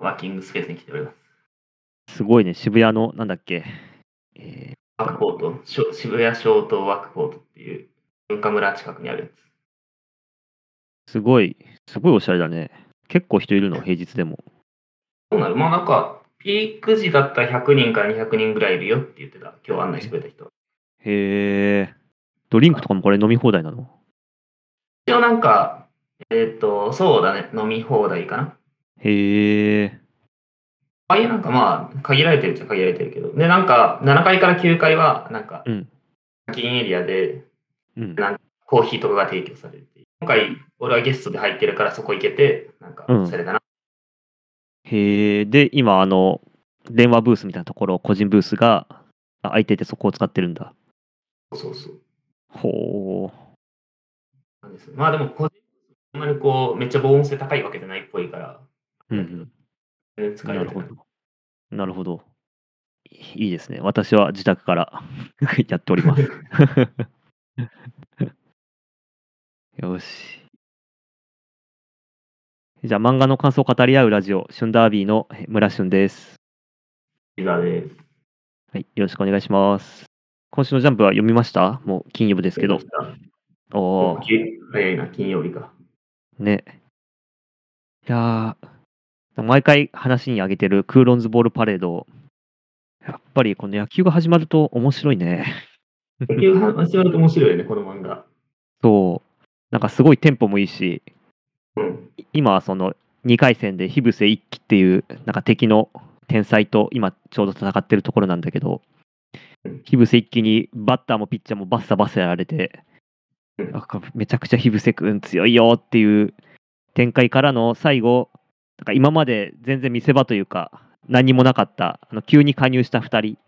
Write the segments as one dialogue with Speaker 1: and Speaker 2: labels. Speaker 1: ワーキングスペースに来ております。
Speaker 2: すごいね、渋谷の、なんだっけ、え
Speaker 1: ワークコート、しょ渋谷小東ワークコートっていう文化村近くにあるやつ。
Speaker 2: ーすごい、すごいおしゃれだね。結構人いるの、平日でも。
Speaker 1: そうなのまあなんか、ピーク時だったら100人から200人ぐらいいるよって言ってた、今日案内してくれた人。
Speaker 2: へえ。ドリンクとかもこれ飲み放題なの
Speaker 1: 一応なんか、えっ、と、そうだね、飲み放題かな。
Speaker 2: へえ。
Speaker 1: ああいうなんかまあ、限られてるっちゃ限られてるけど、で、なんか、7階から9階は、なんか
Speaker 2: うん、
Speaker 1: 課金エリアで
Speaker 2: うん。
Speaker 1: コーヒーとかが提供されるっていう。今回、俺はゲストで入ってるからそこ行けて、なんか、
Speaker 2: うん
Speaker 1: それだな。
Speaker 2: へえ。で、今、あの、電話ブースみたいなところ、個人ブースがあ空いてて、そこを使ってるんだ。
Speaker 1: そうそうそう。
Speaker 2: ほ
Speaker 1: なんですまあでも、個人あんまりこう、めっちゃ防音性高いわけじゃないっぽいから、
Speaker 2: う。うん、
Speaker 1: 全然使え
Speaker 2: な
Speaker 1: る
Speaker 2: るほど。なるほど。いいですね。私は自宅から やっております。 よし。じゃあ、漫画の感想を語り合うラジオ、シュンダービーの村シュンです。
Speaker 1: ピザです。
Speaker 2: はい、よろしくお願いします。今週のジャンプは読みましたもう金曜日ですけど。おおー。
Speaker 1: 早いな、金曜日か。
Speaker 2: ね。いやー毎回話に挙げてるクーロンズボールパレード、やっぱりこの野球が始まると面白いね。
Speaker 1: 野球始まると面白いよね、この漫画。
Speaker 2: そう。なんかすごいテンポもいいし、
Speaker 1: うん。
Speaker 2: 今はその2回戦で火伏せ一輝っていうなんか敵の天才と今ちょうど戦ってるところなんだけど
Speaker 1: うん
Speaker 2: 火伏せ一輝にバッターもピッチャーもバッサバッサやられて
Speaker 1: うん
Speaker 2: なんかめちゃくちゃ火伏せくん強いよっていう展開からの最後なんか今まで全然見せ場というか何もなかったあの急に加入した2人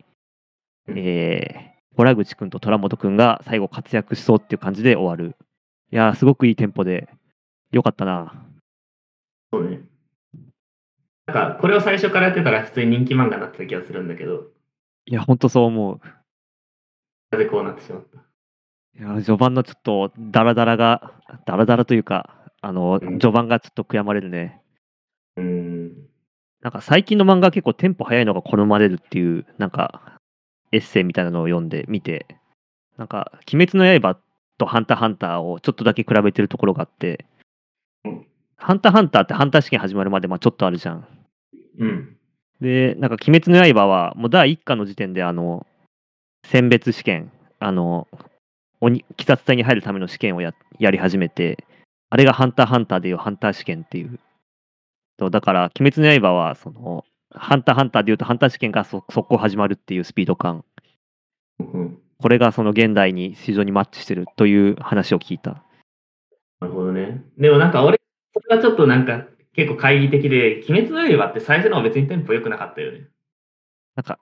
Speaker 1: うん
Speaker 2: えー、洞口君と虎本君が最後活躍しそうっていう感じで終わるいやーすごくいいテンポでよかったな
Speaker 1: そうね。なんか、これを最初からやってたら普通に人気漫画になってた気がするんだけど、
Speaker 2: いや、ほんとそう思う。
Speaker 1: なぜこうなってしまった。
Speaker 2: いや序盤のちょっとダラダラが、ダラダラというか、あの、
Speaker 1: うん
Speaker 2: 序盤がちょっと悔やまれるね。
Speaker 1: うーん。
Speaker 2: なんか最近の漫画は結構テンポ早いのが好まれるっていう、なんか、エッセイみたいなのを読んでみて、なんか、鬼滅の刃とハンターハンターをちょっとだけ比べてるところがあって
Speaker 1: うん、
Speaker 2: ハンターハンターってハンター試験始まるまでまあちょっとあるじゃん。
Speaker 1: うん。
Speaker 2: で、なんか、鬼滅の刃は、もう第1巻の時点で、あの、選別試験、あの、鬼鬼殺隊に入るための試験をややり始めて、あれがハンターハンターでいうハンター試験っていう。とだから、鬼滅の刃は、その、ハンターハンターでいうとハンター試験がそ速攻始まるっていうスピード感。
Speaker 1: うん
Speaker 2: これがその現代に非常にマッチしてるという話を聞いた。
Speaker 1: なるほどね。でもなんか俺、これはちょっとなんか結構懐疑的で、鬼滅の刃って最初の方別にテンポ良くなかったよね。
Speaker 2: なんか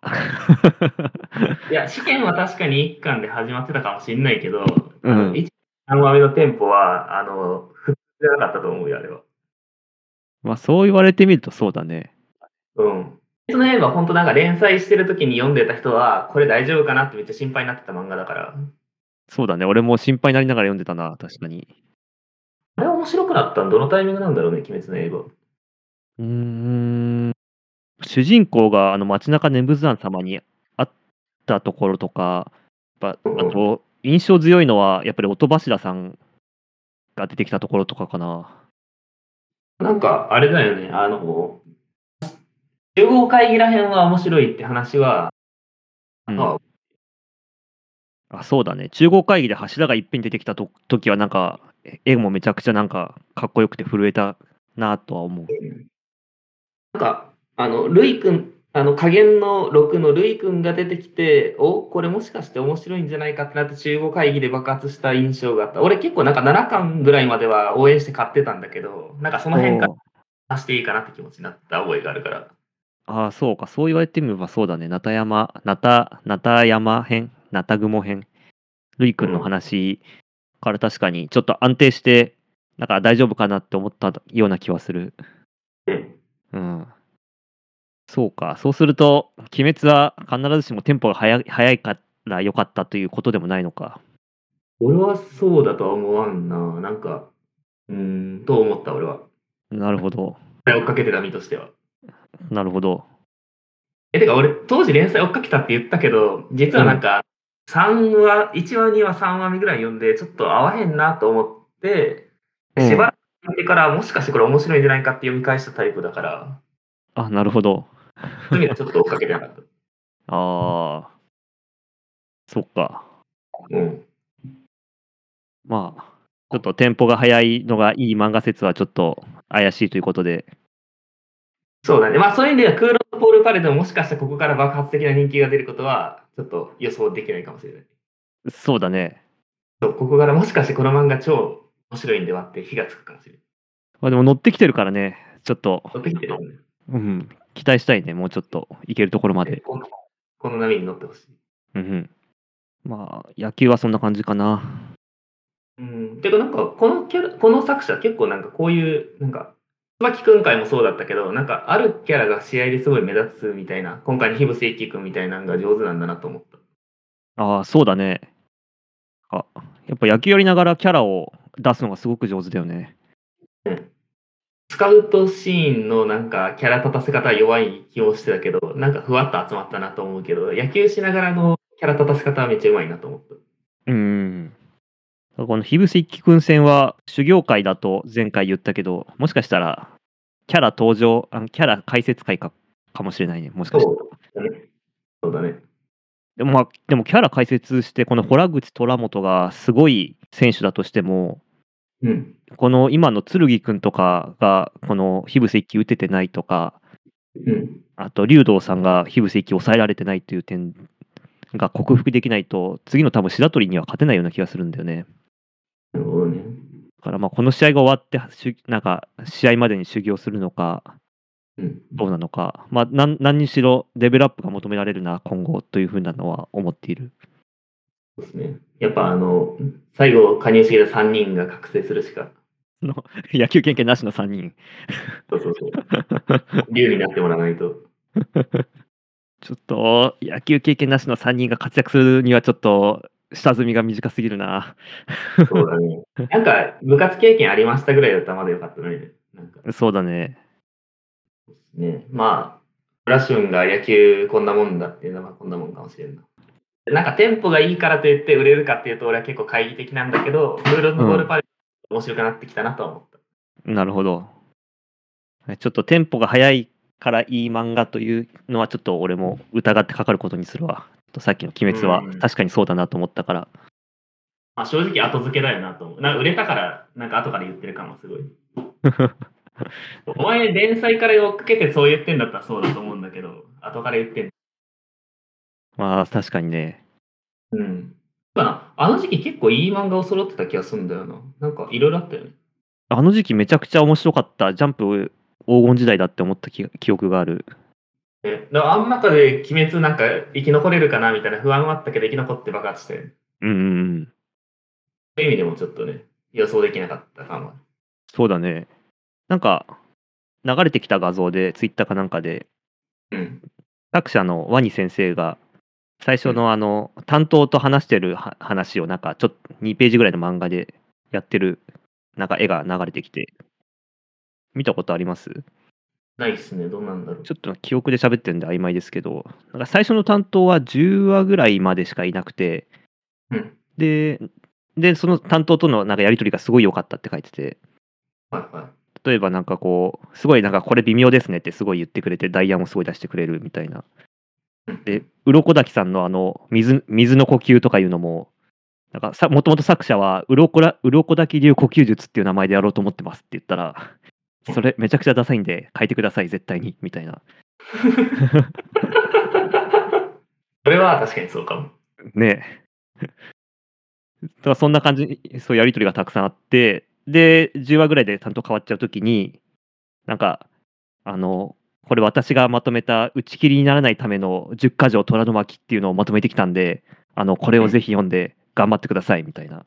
Speaker 1: いや、試験は確かに1巻で始まってたかもしれないけど、
Speaker 2: うん
Speaker 1: 1、3話目のテンポは、あの、普通じゃなかったと思うよ、あれは。
Speaker 2: まあ、そう言われてみるとそうだね。
Speaker 1: うん。鬼滅の刃は本当なんか連載してる時に読んでた人は、これ大丈夫かなってめっちゃ心配になってた漫画だから、
Speaker 2: そうだね。俺も心配になりながら読んでたな、確かに。
Speaker 1: あれ面白くなったのどのタイミングなんだろうね、鬼滅の刃。
Speaker 2: うーん主人公があの街中ネブズアン様に会ったところとか、やっぱあと印象強いのは、やっぱり音柱さんが出てきたところとかかな。
Speaker 1: なんか、あれだよね、あの、15会議ら辺は面白いって話は、
Speaker 2: うん
Speaker 1: あ
Speaker 2: あそうだね、中央会議で柱がいっぺんに出てきたと時は、なんか、え絵もめちゃくちゃなんかかっこよくて震えたなとは思う。
Speaker 1: なんか、あの、ルイ君、あの、加減の6のルイ君が出てきて、おこれもしかして面白いんじゃないかってなって、中央会議で爆発した印象があった。俺結構なんか7巻ぐらいまでは応援して買ってたんだけど、なんかその辺から
Speaker 2: おー
Speaker 1: 足していいかなって気持ちになった覚えがあるから。
Speaker 2: ああ、そうか、そう言われてみればそうだね。なたやま、なた、なたやま編、なたぐも編。るいくんの
Speaker 1: うん
Speaker 2: 話から確かに、ちょっと安定して、なんか大丈夫かなって思ったような気はする。
Speaker 1: うん。
Speaker 2: うん。そうか、そうすると、鬼滅は必ずしもテンポが速い速いから良かったということでもないのか。
Speaker 1: 俺はそうだとは思わんな。なんか、うーん、と思った俺は。
Speaker 2: なるほど。
Speaker 1: 追っかけてた身としては。
Speaker 2: なるほど。
Speaker 1: え、てか俺、当時連載追っかけたって言ったけど、実はなんか、3話、1話、2話、3話目ぐらい読んで、ちょっと合わへんなと思って、
Speaker 2: うん
Speaker 1: しばらく経ってから、もしかしてこれ面白いんじゃないかって読み返したタイプだから、
Speaker 2: あ、なるほど。
Speaker 1: そういう意味ではちょっと追っかけてなかった。
Speaker 2: ああ。そっか。
Speaker 1: うん。
Speaker 2: まあ、ちょっとテンポが速いのがいい漫画説はちょっと怪しいということで。
Speaker 1: そうだね。まあそういう意味では、クールポールパレードももしかしたらここから爆発的な人気が出ることは、ちょっと予想できないかもしれない。
Speaker 2: そうだね。
Speaker 1: そう、ここからもしかしてこの漫画超面白いんではって火がつくかもしれない。
Speaker 2: まあ、でも乗ってきてるからね、ちょっと、
Speaker 1: 乗ってきてるもんね
Speaker 2: うん、期待したいね、もうちょっといけるところまで。
Speaker 1: このこの波に乗ってほしい。
Speaker 2: うんうん、まあ、野球はそんな感じかな。
Speaker 1: うん、てかなんかこのキャラこの作者結構なんかこういうなんか椿君回もそうだったけどなんかあるキャラが試合ですごい目立つみたいな今回の樋口一輝君みたいなのが上手なんだなと思った
Speaker 2: ああ、そうだね。あやっぱ野球やりながらキャラを出すのがすごく上手だよね。
Speaker 1: スカウトシーンのなんかキャラ立たせ方は弱い気もしてたけどなんかふわっと集まったなと思うけど野球しながらのキャラ立たせ方はめっちゃうまいなと思った
Speaker 2: うん。この樋口一騎君戦は修行会だと前回言ったけど、もしかしたらキャラ登場、あキャラ解説会かかもしれないね、もしかしたら。
Speaker 1: そうだねそうだね
Speaker 2: でもまあ、でもキャラ解説して、この洞口虎本がすごい選手だとしても、
Speaker 1: うん
Speaker 2: この今の剣くんとかが、この樋口一騎打ててないとか、
Speaker 1: うん
Speaker 2: あと竜道さんが樋口一騎抑えられてないっていう点が克服できないと、次の多分白鳥には勝てないような気がするんだよね。
Speaker 1: なるほどね
Speaker 2: だからまあこの試合が終わって、しゅなんか試合までに修行するのか、
Speaker 1: うん
Speaker 2: どうなのか、まあ、なん何にしろレベルアップが求められるな、今後というふうなのは思っている。
Speaker 1: そうですねやっぱあの最後加入してきた3人が覚醒するしか
Speaker 2: 野球経験なしの3人。
Speaker 1: そうそうそう竜になってもらわないと。
Speaker 2: ちょっと野球経験なしの3人が活躍するにはちょっと下積みが短すぎるな。
Speaker 1: そうだね。なんか、部活経験ありましたぐらいだったらまだよかったのにね。なんか
Speaker 2: そうだね。
Speaker 1: ね、まあ、ブラシュンが野球こんなもんだっていうのはこんなもんかもしれんな。なんかテンポがいいからといって売れるかっていうと俺は結構懐疑的なんだけど、ブルーズボールパレード面白くなってきたなとは思った。
Speaker 2: なるほど。ちょっとテンポが速いからいい漫画というのはちょっと俺も疑ってかかることにするわ。ちょっとさっきの「鬼滅」は
Speaker 1: うん
Speaker 2: 確かにそうだなと思ったから。
Speaker 1: まあ、正直後付けだよなと思う。なんか売れたから、なんか後から言ってる感はすごい。お前連載から追っかけてそう言ってんだったらそうだと思うんだけど、後から言ってん
Speaker 2: まあ確かにね。
Speaker 1: うん。だからあの時期結構いい漫画を揃ってた気がするんだよな。なんかいろいろあったよね。
Speaker 2: あの時期めちゃくちゃ面白かった。ジャンプ黄金時代だって思った記記憶がある。
Speaker 1: えだからあん中で鬼滅なんか生き残れるかなみたいな不安はあったけど生き残って爆発したよね。
Speaker 2: うんうんうん。
Speaker 1: そういう意味でもちょっとね、予想できなかった感は。
Speaker 2: そうだね。なんか、流れてきた画像で、ツイッターかなんかで、
Speaker 1: うん。
Speaker 2: 作者のワニ先生が、最初のあの、担当と話してるは話を、なんか、ちょっと2ページぐらいの漫画でやってる、なんか絵が流れてきて、見たことあります
Speaker 1: ないっすね。どうなんだろう。
Speaker 2: ちょっと記憶で喋ってるんで曖昧ですけど、なんか最初の担当は10話ぐらいまでしかいなくて、
Speaker 1: うん
Speaker 2: で、で、その担当とのなんかやり取りがすごい良かったって書いてて、
Speaker 1: はいはい。
Speaker 2: 例えばなんかこうすごいなんかこれ微妙ですねってすごい言ってくれてダイヤもすごい出してくれるみたいな
Speaker 1: うん
Speaker 2: で鱗滝さんのあの水水の呼吸とかいうのもなんかさもともと作者は鱗ら鱗滝流呼吸術っていう名前でやろうと思ってますって言ったら
Speaker 1: うん
Speaker 2: それめちゃくちゃダサいんで書いてください絶対にみたいな
Speaker 1: それは確かにそうかも。
Speaker 2: ね えだからそんな感じそうやり取りがたくさんあってで10話ぐらいで担当変わっちゃう時になんかあのこれ私がまとめた打ち切りにならないための10か条虎の巻っていうのをまとめてきたんであのこれをぜひ読んで頑張ってくださいみたいな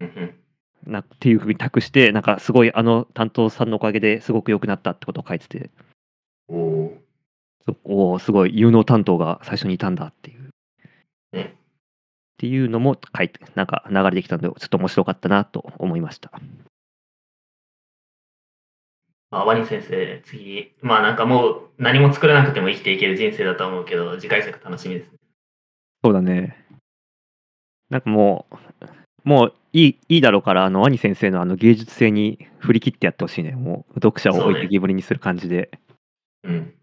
Speaker 1: うんうん
Speaker 2: なっていうふうに託してなんかすごいあの担当さんのおかげですごく良くなったってことを書いてて
Speaker 1: おお。
Speaker 2: そうおおすごい有能担当が最初にいたんだっていう。
Speaker 1: ね
Speaker 2: っていうのも書いてなんか流れてきたのでちょっと面白かったなと思いました。
Speaker 1: あワニ先生、次、まあなんかもう何も作らなくても生きていける人生だと思うけど、次回作楽しみですね。
Speaker 2: そうだね。なんかもう、もういいいいだろうから、あの、兄先生のあの芸術性に振り切ってやってほしいね。もう、読者を置いてきぼりにする感じで。
Speaker 1: うん。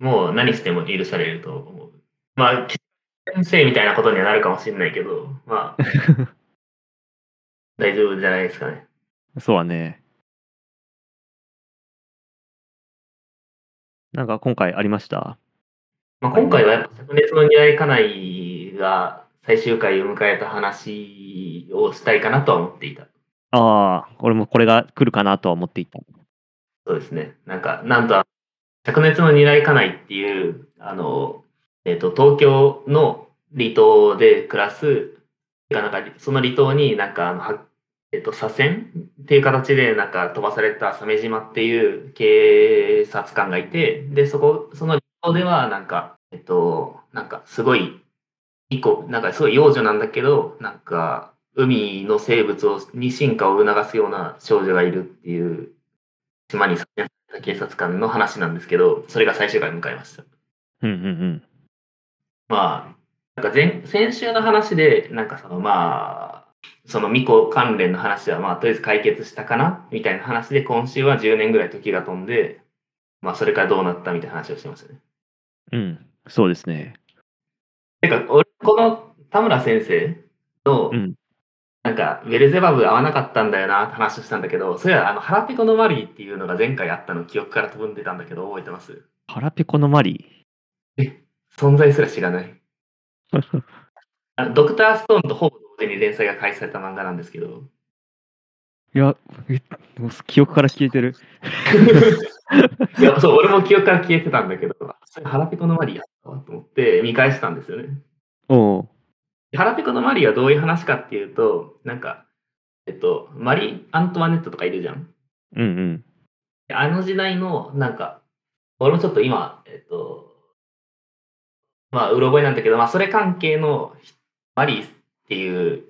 Speaker 1: もう何しても許されると思う。まあ、先生みたいなことにはなるかもしれないけど、まあ、大丈夫じゃないですかね。
Speaker 2: そうだね。なんか今回ありました
Speaker 1: まあ、今回はやっぱ灼熱の狙い家内が最終回を迎えた話をしたいかなとは思っていた。
Speaker 2: ああ、俺もこれが来るかなとは思っていた。
Speaker 1: そうですね。なんか、なんと、灼熱の二来家内っていう、あの、えっ、と、東京の離島で暮らす、てかなんか、その離島になんか、あの、はえっ、と、左遷っていう形で、なんか、飛ばされた鮫島っていう警察官がいて、で、そこ、その離島では、なんか、えっ、と、なんか、すごい、一個、なんか、すごい幼女なんだけど、なんか、海の生物をに進化を促すような少女がいるっていう島に送検された警察官の話なんですけど、それが最終回を迎えました。
Speaker 2: うんうんうん。
Speaker 1: まあ、なんか前先週の話で、なんかそのまあ、その巫女関連の話は、まあ、とりあえず解決したかなみたいな話で、今週は10年ぐらい時が飛んで、まあ、それからどうなったみたいな話をしてましたね。
Speaker 2: うん、そうですね。
Speaker 1: てか、俺、この田村先生の、
Speaker 2: うん
Speaker 1: なんか、ベルゼバブ合わなかったんだよなって話をしたんだけど、それはあの、腹ペコのマリーっていうのが前回あったの記憶から飛んでたんだけど、覚えてます
Speaker 2: 腹ペコのマリ
Speaker 1: 存在すら知らない。
Speaker 2: ー。
Speaker 1: あドクターストーンとほぼ同時に連載が開始された漫画なんですけど、
Speaker 2: いや、えもう記憶から消えてる。
Speaker 1: いやそう俺も記憶から消えてたんだけど、それ腹ペコのマリーやったわと思って見返したんですよね。
Speaker 2: おう
Speaker 1: 腹ペコのマリーはどういう話かっていうと、なんか、えっと、マリー・アントワネットとかいるじゃん。
Speaker 2: うんうん。
Speaker 1: あの時代の、なんか、俺もちょっと今、えっと、まあ、うろ覚えなんだけど、まあ、それ関係のマリーっていう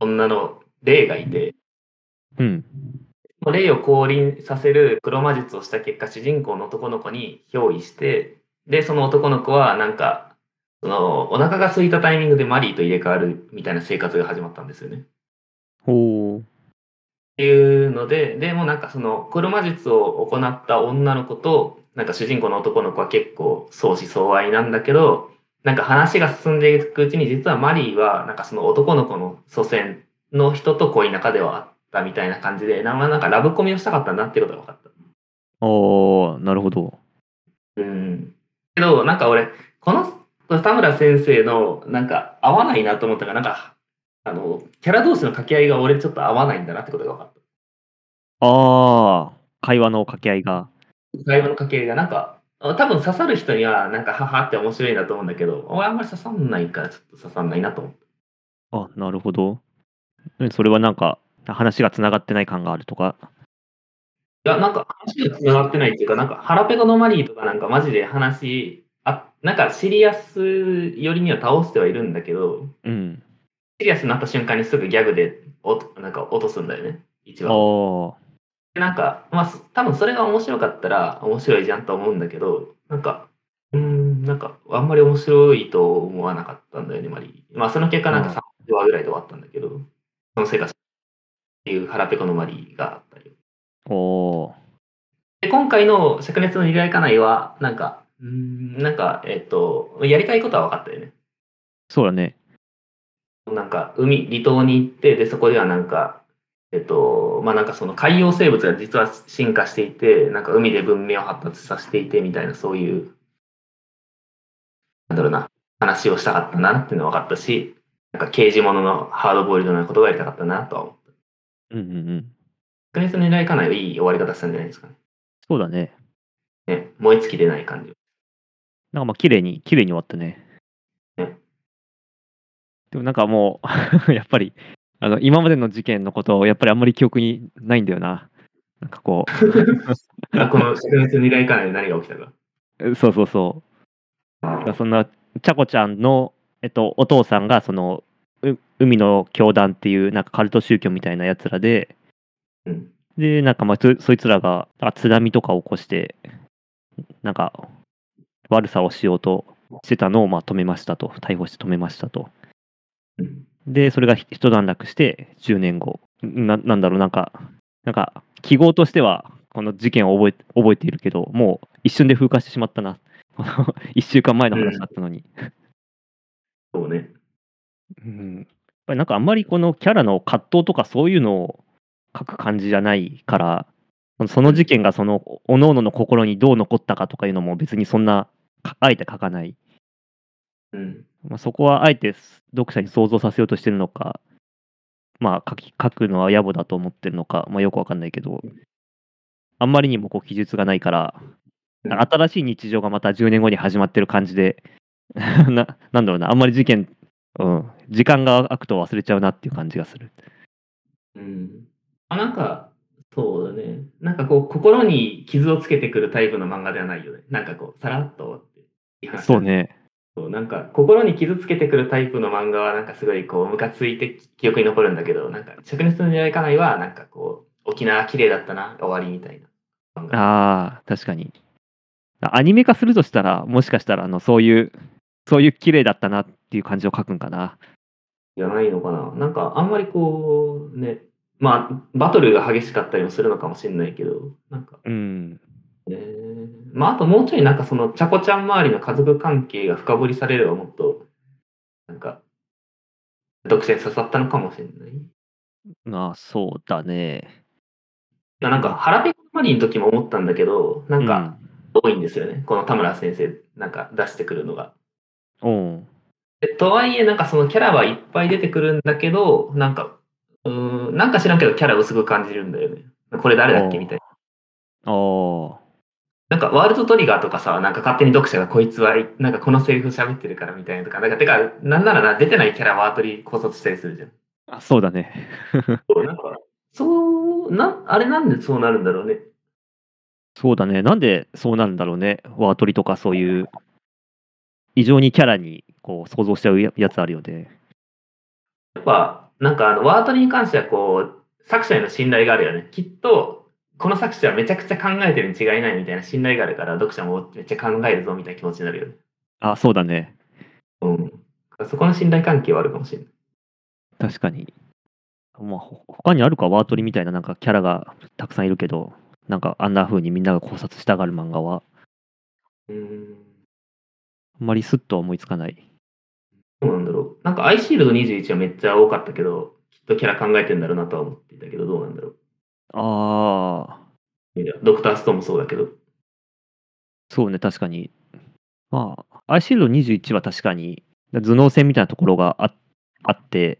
Speaker 1: 女の霊がいて、
Speaker 2: うん。
Speaker 1: 霊を降臨させる黒魔術をした結果主人公の男の子に憑依してでその男の子はなんかそのお腹が空いたタイミングでマリーと入れ替わるみたいな生活が始まったんですよね。っ
Speaker 2: おう
Speaker 1: ていうのででもうなんかその黒魔術を行った女の子となんか主人公の男の子は結構相思相愛なんだけどなんか話が進んでいくうちに実はマリーはなんかその男の子の祖先の人と恋仲ではあったみたいな感じでなんかなんかラブコメをしたかったんだってことが分かった。
Speaker 2: おーなるほど。
Speaker 1: うん。けど、なんか俺、このこの田村先生の、なんか合わないなと思ったから、なんか、あの、キャラ同士の掛け合いが俺ちょっと合わないんだなってことが分かっ
Speaker 2: ああ、会話の掛け合いが。
Speaker 1: た。会話の掛け合いが、なんか、あ多分刺さる人には、なんか、ははって面白いなと思うんだけど、俺あんまり刺さんないから、ちょっと刺さんないなと思って。
Speaker 2: あ、なるほど。うんそれはなんか、話がつながってない感があるとか。
Speaker 1: いや、なんか話が繋がってないっていうか、なんか、腹ペコのマリーとかなんかマジで話、あなんかシリアス寄りには倒してはいるんだけど、
Speaker 2: うん。
Speaker 1: シリアスになった瞬間にすぐギャグでおとなんか落とすんだよね、一
Speaker 2: あ
Speaker 1: 話。
Speaker 2: あ、
Speaker 1: なんか、まあ、そ多分それが面白かったら面白いじゃんと思うんだけど、なんか、うーん、なんか、あんまり面白いと思わなかったんだよね、マリー。まあ、その結果、なん
Speaker 2: うん
Speaker 1: か3話ぐらいで終わったんだけど、そのせいか、っていう腹ペコのマリーがあったり。
Speaker 2: おお
Speaker 1: で、今回の灼熱の依頼家内は、なんか、うーん、なんか、えっ、と、やりたいことは分かったよね。
Speaker 2: そうだね。
Speaker 1: なんか海離島に行ってでそこではなんかえっとまあなんかその海洋生物が実は進化していてなんか海で文明を発達させていてみたいなそういうなんだろうな話をしたかったなっていうのは分かったしなんか刑事もののハードボイルドなことがやりたかったなとは思う。
Speaker 2: うんうんうん。
Speaker 1: とりあえず狙いかないいい終わり方したんじゃないですかね。
Speaker 2: そうだね。
Speaker 1: ね燃え尽きてない感じ。
Speaker 2: なんかまあ、綺麗に、綺麗に終わったね
Speaker 1: うん。
Speaker 2: でもなんかもう、 やっぱり、あの、今までの事件のことを、やっぱりあんまり記憶にないんだよな。なんかこ
Speaker 1: あこの灼熱狙いかないで何が起きたか。
Speaker 2: う、そうそうそう。がそんなちゃこちゃんの、えっと、お父さんがそのう海の教団っていうなんかカルト宗教みたいなやつらで
Speaker 1: うん
Speaker 2: で、なんかまあそ、そいつらがあ津波とかを起こして、なんか、悪さをしようとしてたのをまあ止めましたと、逮捕して止めましたと。
Speaker 1: うん
Speaker 2: で、それがひ一段落して、10年後、ななんだろう、なんか、なんか、記号としては、この事件を覚え覚えているけど、もう一瞬で風化してしまったな。 この1週間前の話だったのに。
Speaker 1: そうね。
Speaker 2: うん、やっぱりなんかあんまりこのキャラの葛藤とかそういうのを書く感じじゃないからそのその事件がそのおのおのの心にどう残ったかとかいうのも別にそんなかあえて書かない、
Speaker 1: うん。
Speaker 2: まあ、そこはあえて読者に想像させようとしてるのか、まあ、書き書くのは野暮だと思ってるのか、まあ、よくわかんないけどあんまりにもこう記述がないから
Speaker 1: うん
Speaker 2: 新しい日常がまた10年後に始まってる感じで ななんだろうなあんまり事件、うん、時間が空くと忘れちゃうなっていう感じがする。
Speaker 1: うん。あ、なんか、そうだね。なんかこう、心に傷をつけてくるタイプの漫画ではないよね。なんかこう、さらっとってい話
Speaker 2: そう。ね。
Speaker 1: そうなんか心に傷つけてくるタイプの漫画はなんかすごいこうムカついて記憶に残るんだけどなんか「灼熱の狙いかない」はなんかこう沖縄綺麗だったな終わりみたいな漫画
Speaker 2: ああ、確かに。あアニメ化するとしたら、もしかしたらあのそういう、そういう綺麗だったなっていう感じを書くんかな。
Speaker 1: じゃないのかななんかあんまりこうねまあバトルが激しかったりもするのかもしれないけどなんか
Speaker 2: うん。
Speaker 1: ねまああともうちょいなんかそのちゃこちゃん周りの家族関係が深掘りされればもっとなんか読者に刺さったのかもしれない
Speaker 2: まあ、そうだね。
Speaker 1: いやなんか腹ペコマリーの時も思ったんだけどなんか、多いんですよね、この田村先生なんか出してくるのが。
Speaker 2: うん。うん。
Speaker 1: でとはいえ、なんかそのキャラはいっぱい出てくるんだけど、なんか、うーん、なんか知らんけどキャラ薄く感じるんだよね。これ誰だっけ
Speaker 2: おう
Speaker 1: みたいな。
Speaker 2: ああ。
Speaker 1: なんかワールドトリガーとかさ、なんか勝手に読者がこいつは、なんかこのセリフ喋ってるからみたいなとか、なんかてか、なんならな、出てないキャラワートリ考察したりするじゃん。
Speaker 2: あそうだね。
Speaker 1: そうなんか、そう、な、あれなんでそうなるんだろうね。
Speaker 2: そうだね。なんでそうなるんだろうね。ワートリとかそういう、異常にキャラにこう想像しちゃうややつあるよね。
Speaker 1: やっぱ、なんかあの、ワートリーに関してはこう、作者への信頼があるよね。きっと、この作者はめちゃくちゃ考えてるに違いないみたいな信頼があるから、読者もめっちゃ考えるぞみたいな気持ちになるよね。
Speaker 2: あそうだね。
Speaker 1: うん。そこの信頼関係はあるかもしれない。
Speaker 2: 確かに。まあ、ほ他にあるか、ワートリみたいななんかキャラがたくさんいるけど、なんかあんな風にみんなが考察したがる漫画は、
Speaker 1: うん。
Speaker 2: あんまりスッとは思いつかない。
Speaker 1: どうなんだろう。なんか、アイシールド21はめっちゃ多かったけど、きっとキャラ考えてんだろうなとは思っていたけど、どうなんだろう。
Speaker 2: ああ、
Speaker 1: ドクターストーンもそうだけど。
Speaker 2: そうね、確かに。まあ、アイシールド21は確かに、頭脳戦みたいなところがああって、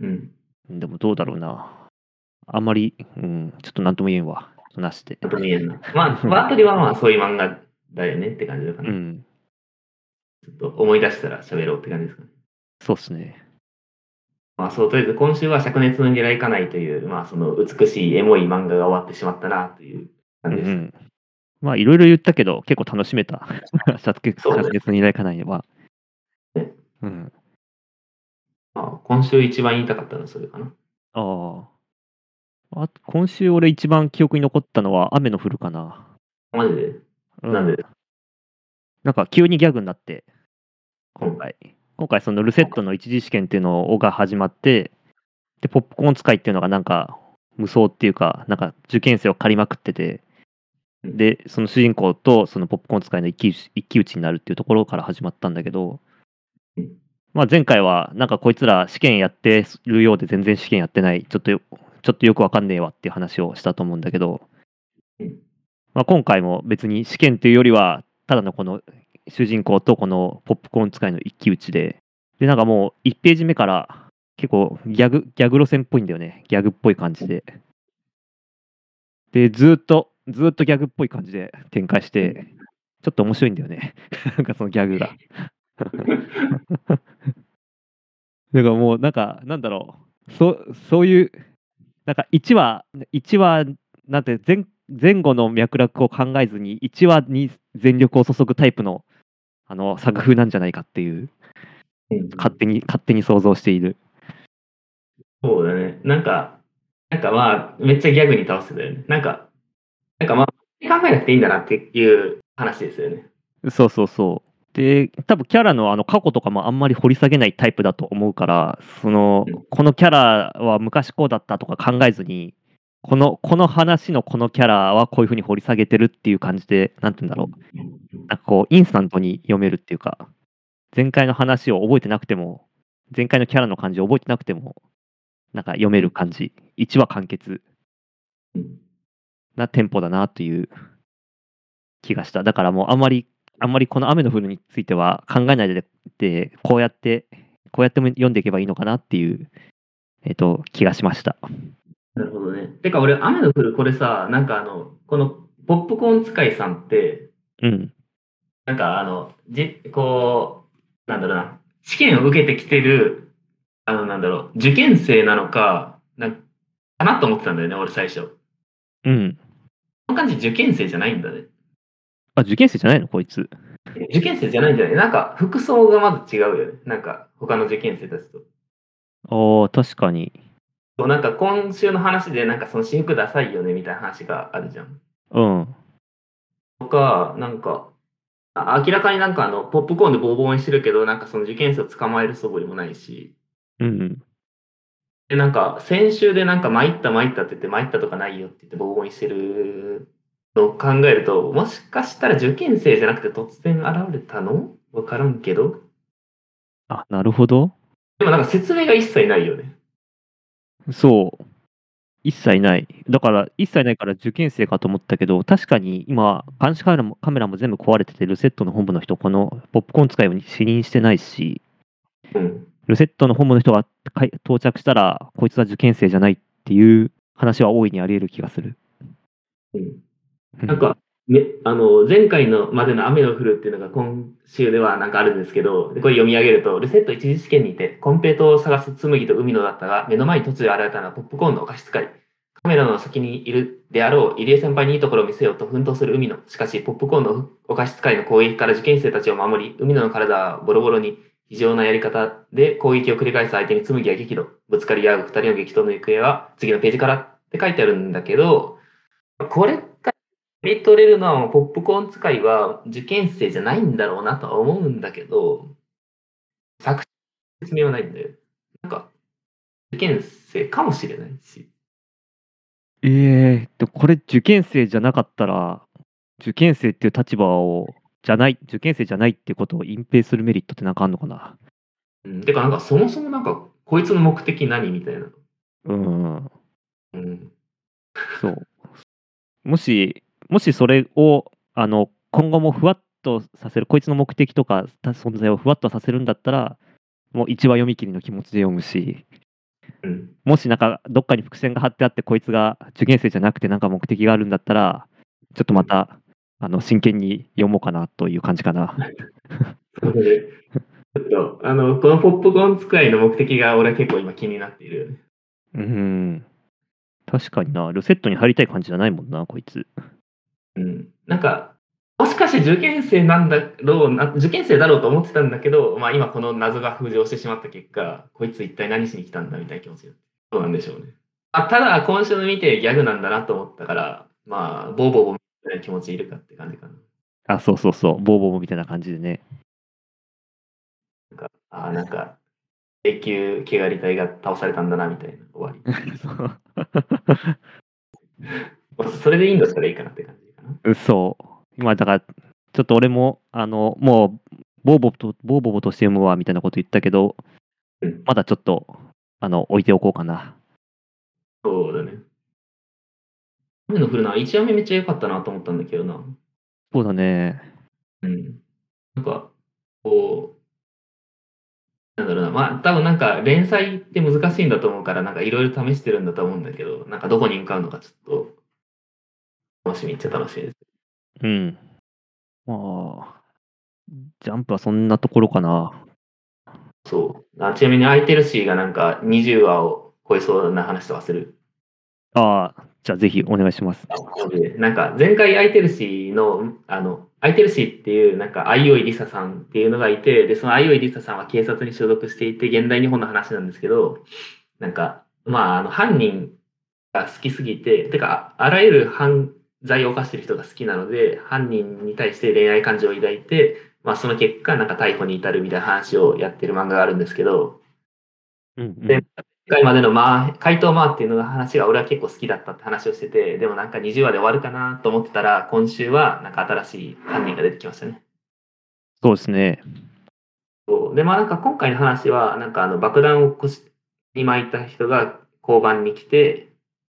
Speaker 1: うん。
Speaker 2: でもどうだろうな。あんまり、うん、ちょっとなんとも言えんわ。ちょっとなしで
Speaker 1: あ。と見えんな。まあ、ワートリーはまあ、そういう漫画だよねって感じだか
Speaker 2: う
Speaker 1: ら、
Speaker 2: ん、
Speaker 1: ちょっと思い出したら喋ろうって感じですかね。
Speaker 2: そうっすね。
Speaker 1: まあそう、とりあえず今週は灼熱の狙いかないという、まあその美しいエモい漫画が終わってしまったなという
Speaker 2: う
Speaker 1: 感
Speaker 2: ん
Speaker 1: じ
Speaker 2: う
Speaker 1: です。
Speaker 2: ん。まあ、いろいろ言ったけど、結構楽しめた。 シャツケシ
Speaker 1: そうね
Speaker 2: ャツケツの依頼かないは
Speaker 1: ね。
Speaker 2: うん。
Speaker 1: まあ、今週一番言いたかったのはそれかな。
Speaker 2: ああ。あ今週俺一番記憶に残ったのは雨の降るかな。
Speaker 1: マジで。
Speaker 2: うん
Speaker 1: なんで
Speaker 2: なんか急にギャグになって、今回。今回そのルセットの一次試験っていうのが始まって、で、ポップコーン使いっていうのがなんか無双っていうか、なんか受験生を借りまくってて、で、その主人公とそのポップコーン使いの一騎打ち一騎打ちになるっていうところから始まったんだけど
Speaker 1: うん、
Speaker 2: まあ前回はなんかこいつら試験やってるようで全然試験やってない、ちょっとよちょっとよくわかんねえわっていう話をしたと思うんだけど
Speaker 1: うん、
Speaker 2: まあ、今回も別に試験というよりは、ただのこの主人公とこのポップコーン使いの一騎打ちで、で、なんかもう1ページ目から結構ギャグ、ギャグ路線っぽいんだよね。ギャグっぽい感じで。で、ずーっと、ずーっとギャグっぽい感じで展開して、ちょっと面白いんだよね。 なんかそのギャグが。 だからもうなんか、なんだろう。そう、そういう、なんか1話、1話なんて前前後の脈絡を考えずに1話に全力を注ぐタイプのあの作風なんじゃないかっていう
Speaker 1: うん
Speaker 2: 勝手に勝手に想像している。
Speaker 1: そうだね。なんか、なんかまあ、めっちゃギャグに倒してたよね。なんか、なんかまあ、考えなくていいんだなっていう話ですよね。
Speaker 2: そうそうそう。で、多分キャラのあの過去とかもあんまり掘り下げないタイプだと思うから、その
Speaker 1: うん、
Speaker 2: このキャラは昔こうだったとか考えずに、この、この話のこのキャラはこういうふうに掘り下げてるっていう感じで、なんて言うんだろう。なんかこう、インスタントに読めるっていうか、前回の話を覚えてなくても、前回のキャラの感じを覚えてなくても、なんか読める感じ。1話完結
Speaker 1: うん
Speaker 2: なテンポだなという気がした。だからもうあんまりあんまりこの雨の降るについては考えないで、でこうやって、こうやっても読んでいけばいいのかなっていう、えっと、気がしました。
Speaker 1: なるほどね。てか俺、雨の降るこれさ、なんかあの、このポップコーン使いさんって、
Speaker 2: うん。
Speaker 1: なんかあの、じ、こう、なんだろうな、試験を受けてきてる、あの、なんだろう、受験生なのか、なんか、かなと思ってたんだよね、俺最初。こ
Speaker 2: うん。
Speaker 1: の感じ受験生じゃないんだね。
Speaker 2: あ、受験生じゃないのこいつ。
Speaker 1: 受験生じゃないんじゃないなんか、服装がまず違うよね。なんか、他の受験生たちと。
Speaker 2: ああ、確かに。
Speaker 1: そうなんか今週の話でなんかその私服ダサいよねみたいな話があるじゃん。
Speaker 2: うん。
Speaker 1: とか、なんか、あ明らかになんかあの、ポップコーンでボーボーにしてるけど、なんかその受験生を捕まえる素振りもないし、
Speaker 2: うん。
Speaker 1: で、なんか先週でなんか参った参ったって言って参ったとかないよって言ってボーボーにしてるのを考えると、もしかしたら受験生じゃなくて突然現れたのわからんけど。
Speaker 2: あ、なるほど。
Speaker 1: でもなんか説明が一切ないよね。
Speaker 2: そう。一切ない。だから、一切ないから受験生かと思ったけど、確かに今、監視カメラもカメラも全部壊れてて、ルセットの本部の人、このポップコーン使いを視認してないし、
Speaker 1: うん。
Speaker 2: ルセットの本部の人がかい到着したら、こいつは受験生じゃないっていう話は大いにあり得る気がする。
Speaker 1: うん
Speaker 2: う
Speaker 1: なん、か、ね、あの、前回のまでの雨の降るっていうのが今週ではなんかあるんですけど、でこれ読み上げると、ルセット一次試験にて、コンペイトを探す紬と海野だったが、目の前に突如現れたのはポップコーンのお菓子使い。カメラの先にいるであろう入江先輩にいいところを見せようと奮闘する海野。しかし、ポップコーンのお菓子使いの攻撃から受験生たちを守り、海野の体はボロボロに、非常なやり方で攻撃を繰り返す相手に紬は激怒。ぶつかり合う二人の激闘の行方は次のページからって書いてあるんだけど、これが見取れるのはもうポップコーン使いは受験生じゃないんだろうなとは思うんだけど、作詞の説明はないんだよ。なんか、受験生かもしれないし。
Speaker 2: えーっと、これ受験生じゃなかったら、受験生っていう立場を、じゃない、受験生じゃないってことを隠蔽するメリットってなんかあんのかな
Speaker 1: うん、てか、なんかそもそもなんか、こいつの目的何みたいな。
Speaker 2: うん、
Speaker 1: うん。
Speaker 2: そう。もし、もしそれを、あの、今後もふわっとさせる、こいつの目的とかた存在をふわっとさせるんだったら、もう一話読み切りの気持ちで読むし、
Speaker 1: うん。
Speaker 2: もしなんかどっかに伏線が張ってあってこいつが受験生じゃなくてなんか目的があるんだったらちょっとまたあの真剣に読もうかなという感じかな。
Speaker 1: ということでちょっと、あの、このポップコーン使いの目的が俺は結構今気になっているよね。
Speaker 2: うん確かになルセットに入りたい感じじゃないもんなこいつ。
Speaker 1: うん。なんか、もしかして受験生なんだろうな、受験生だろうと思ってたんだけど、まあ今この謎が浮上してしまった結果、こいつ一体何しに来たんだみたいな気持ちがどうなんでしょうね。あただ、今週の見てギャグなんだなと思ったから、まあ、ボーボーボーみたいな気持ちいるかって感じかな。
Speaker 2: あそうそうそうボーボーみたいな感じで ね。
Speaker 1: あーなんか、永久穢り隊が倒されたんだなみたいな終わり。
Speaker 2: そう
Speaker 1: まあそれでいいんだったらいいかなって感じかな。
Speaker 2: そう。今だから、ちょっと俺も、あの、もう、ボーボと、ボーボボとして読むわ、みたいなこと言ったけど
Speaker 1: うん、
Speaker 2: まだちょっと、あの、置いておこうかな。
Speaker 1: そうだね。雨の降るな、1話目めっちゃ良かったなと思ったんだけどな。
Speaker 2: そうだね。
Speaker 1: うん。なんか、こう、なんだろうな、まあ、多分なんか、連載って難しいんだと思うから、なんかいろいろ試してるんだと思うんだけど、なんかどこに向かうのかちょっと、楽しみっちゃ楽しいです。
Speaker 2: うん。まあ、ジャンプはそんなところかな。
Speaker 1: そう。あちなみに、空いてるシーがなんか、20話を超えそうな話とかする。
Speaker 2: ああ、じゃあぜひお願いします。
Speaker 1: なんか、前回空いてるシーの、あの、空いてるシーっていう、なんか、相生りささんっていうのがいて、で、その相生りささんは警察に所属していて、現代日本の話なんですけど、なんか、まあ、あの、犯人が好きすぎて、てか、あらゆる犯罪を犯してる人が好きなので、犯人に対して恋愛感情を抱いて、まあ、その結果、なんか逮捕に至るみたいな話をやってる漫画があるんですけど、
Speaker 2: うんうん
Speaker 1: で1回までのまあ、怪盗マーっていうのが話が俺は結構好きだったって話をしてて、でもなんか20話で終わるかなと思ってたら、今週はなんか新しい犯人が出てきましたね。
Speaker 2: そうですね。
Speaker 1: そうで、まあなんか今回の話は、なんかあの爆弾を腰に巻いた人が交番に来て、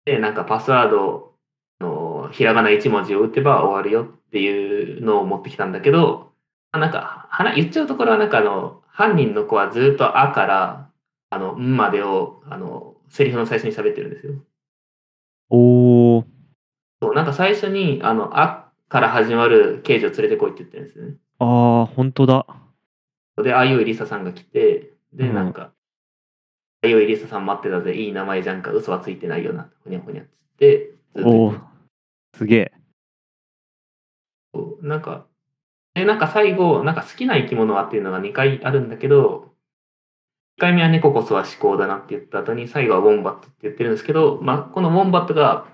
Speaker 1: で、なんかパスワードのひらがな一文字を打てば終わるよっていうのを持ってきたんだけど、まあなんか、はな言っちゃうところはなんかあの、犯人の子はずっとあから、あの、んまでを、あの、セリフの最初に喋ってるんですよ。
Speaker 2: おお。
Speaker 1: そう、なんか最初に、あの、あから始まる刑事を連れてこいって言ってるんですよね。
Speaker 2: ああ、本当だ。
Speaker 1: で、あいうえりささんが来て、で、
Speaker 2: うん
Speaker 1: なんか、あいうえりささん待ってたぜ、いい名前じゃんか、嘘はついてないよな、ほにゃほにゃっつって、ずっ
Speaker 2: おお
Speaker 1: と、。
Speaker 2: すげえ。
Speaker 1: なんか、で、なんか最後、なんか好きな生き物はっていうのが2回あるんだけど、1回目は猫こそは思考だなって言った後に、最後はウォンバットって言ってるんですけど、まあ、このウォンバットが、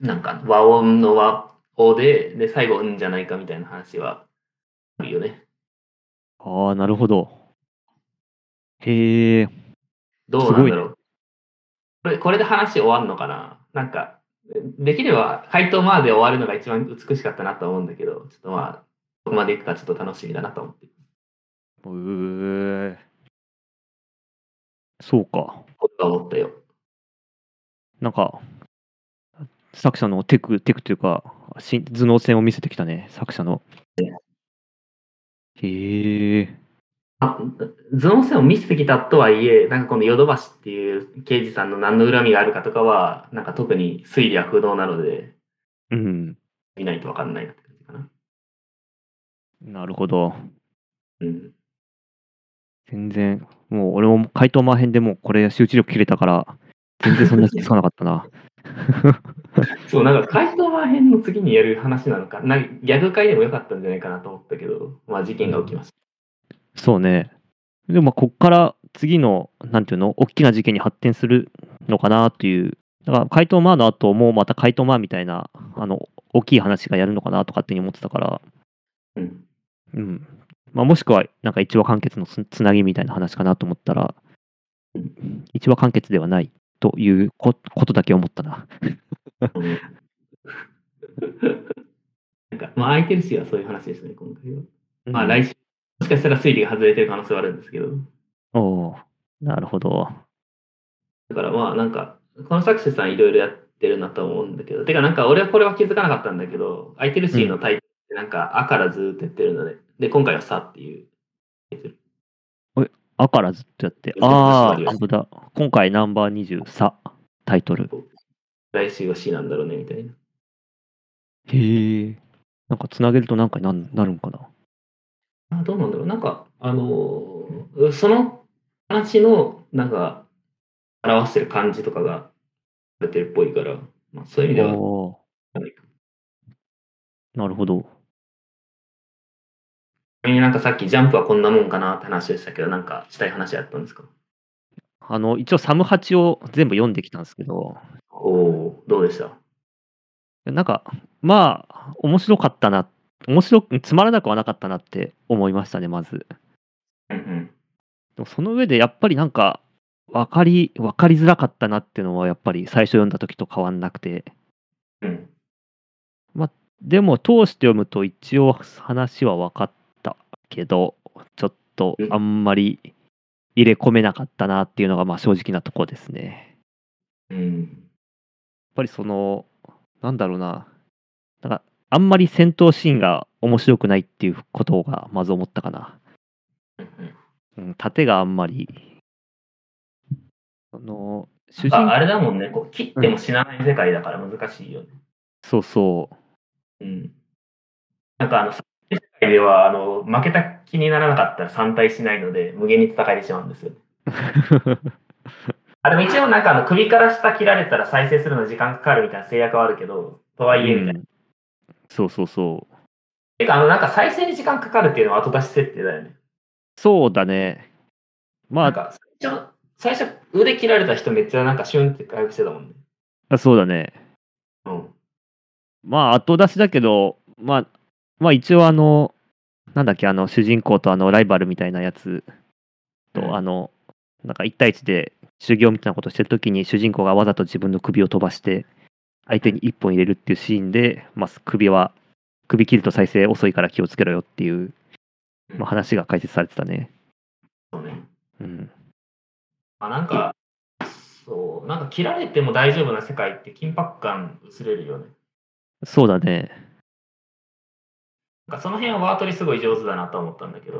Speaker 1: なんか和音の和をで、で、最後、うんじゃないかみたいな話はあるよね。
Speaker 2: ああ、なるほど。へえ。
Speaker 1: どうなんだろう。これこれで話終わるのかななんか、できれば、回答まで終わるのが一番美しかったなと思うんだけど、ちょっとまあ、どこまでいくかちょっと楽しみだなと思って。
Speaker 2: うーそうか。
Speaker 1: 僕は思ったよ。
Speaker 2: なんか、作者のテク、テクというか、し頭脳戦を見せてきたね、作者の。へえ。
Speaker 1: あ頭脳戦を見せてきたとはいえ、なんかこのヨドバシっていう刑事さんの何の恨みがあるかとかは、なんか特に推理は不動なので、
Speaker 2: うん。
Speaker 1: 見ないとわかんないなって感じかな。
Speaker 2: なるほど。
Speaker 1: うん。
Speaker 2: 全然、もう俺も回答マー編でもうこれ集中力切れたから、全然そんな気づかなかっ たな。
Speaker 1: そう、なんか回答版編の次にやる話なのか、なんかギャグ会でもよかったんじゃないかなと思ったけど、まあ事件が起きました。
Speaker 2: そうね。でも、まあこっから次の、なんていうの、大きな事件に発展するのかなという。だから、怪盗マーの後も、また怪盗マーみたいな、あの、大きい話がやるのかなとかっていうふうに思ってたから、
Speaker 1: うん
Speaker 2: うん。まあ、もしくは、なんか一話完結のつつなぎみたいな話かなと思ったら、一話完結ではないというこことだけ思ったな。
Speaker 1: なんか、まあ、空いてるしはそういう話ですね、今回は。まあ、
Speaker 2: うん
Speaker 1: 来週、もしかしたら推理が外れてる可能性はあるんですけど、
Speaker 2: おうなるほど。
Speaker 1: だからまあ、なんか、この作者さんいろいろやってるなと思うんだけど、てか、なんか、俺はこれは気づかなかったんだけど、空いてるしのタイトルって、なんか、あからずーっとやってるので、で、今回はさっていう。
Speaker 2: あからずっとやって。
Speaker 1: うん
Speaker 2: あ
Speaker 1: そうで
Speaker 2: あ、
Speaker 1: す
Speaker 2: 本当だ。今回ナンバー20、さ、タイトル。
Speaker 1: 来週は C なんだろうねみたいな。
Speaker 2: へえ。なんかつなげるとなんかになんなるんかな。
Speaker 1: あどうなんだろうなんか、あのーその話の、なんか、表してる感じとかが出てるっぽいから、まあ、そういう意味では、
Speaker 2: おーなるほど。
Speaker 1: ちなみになんかさっきジャンプはこんなもんかなって話でしたけど、なんかしたい話やったんですか
Speaker 2: あの、一応サムハチを全部読んできたんですけど、
Speaker 1: おおー、どうでした
Speaker 2: なんか、まあ、面白かったな。面白く、つまらなくはなかったなって思いましたね、まず。
Speaker 1: うんうん。
Speaker 2: でもその上でやっぱりなんか分かり分かりづらかったなっていうのはやっぱり最初読んだ時と変わんなくて
Speaker 1: うん。
Speaker 2: でも通して読むと一応話は分かったけどちょっとあんまり入れ込めなかったなっていうのがまあ正直なとこですね
Speaker 1: うん。
Speaker 2: やっぱりそのなんだろうななんかあんまり戦闘シーンが面白くないっていうことがまず思ったかな
Speaker 1: うんうん
Speaker 2: うん盾があんまりその主人
Speaker 1: ああれだもんね、こう切っても死なない世界だから難しいよね。
Speaker 2: そうそう
Speaker 1: うん。なんかあの、世界では、あの、負けた気にならなかったら参退しないので、無限に戦えてしまうんですよ。あれも一応なんかあの、首から下切られたら再生するの時間かかるみたいな制約はあるけど、とはいえみたいな。
Speaker 2: うんそうそうそう
Speaker 1: てか、あの、なんか再生に時間かかるっていうのは後出し設定だよね。
Speaker 2: そうだねま
Speaker 1: なん
Speaker 2: あ
Speaker 1: か最初、最初腕切られた人めっちゃなんかシュンって回復してたもんね。
Speaker 2: あそうだね。
Speaker 1: うん。
Speaker 2: まあ、後出しだけど、まあ、まあ、一応、あの、なんだっけ、あの、主人公とあの、ライバルみたいなやつと、
Speaker 1: うん
Speaker 2: あの、なんか一対一で修行みたいなことしてるときに、主人公がわざと自分の首を飛ばして、相手に一本入れるっていうシーンで、まあ、首は、首切ると再生遅いから気をつけろよっていう、まあ、話が解説されてたね。
Speaker 1: そうね。
Speaker 2: うん。
Speaker 1: まあ、なんか、そう、なんか切られても大丈夫な世界って緊迫感薄れるよね。
Speaker 2: そうだね。
Speaker 1: なんかその辺はワートリすごい上手だなと思ったんだけど、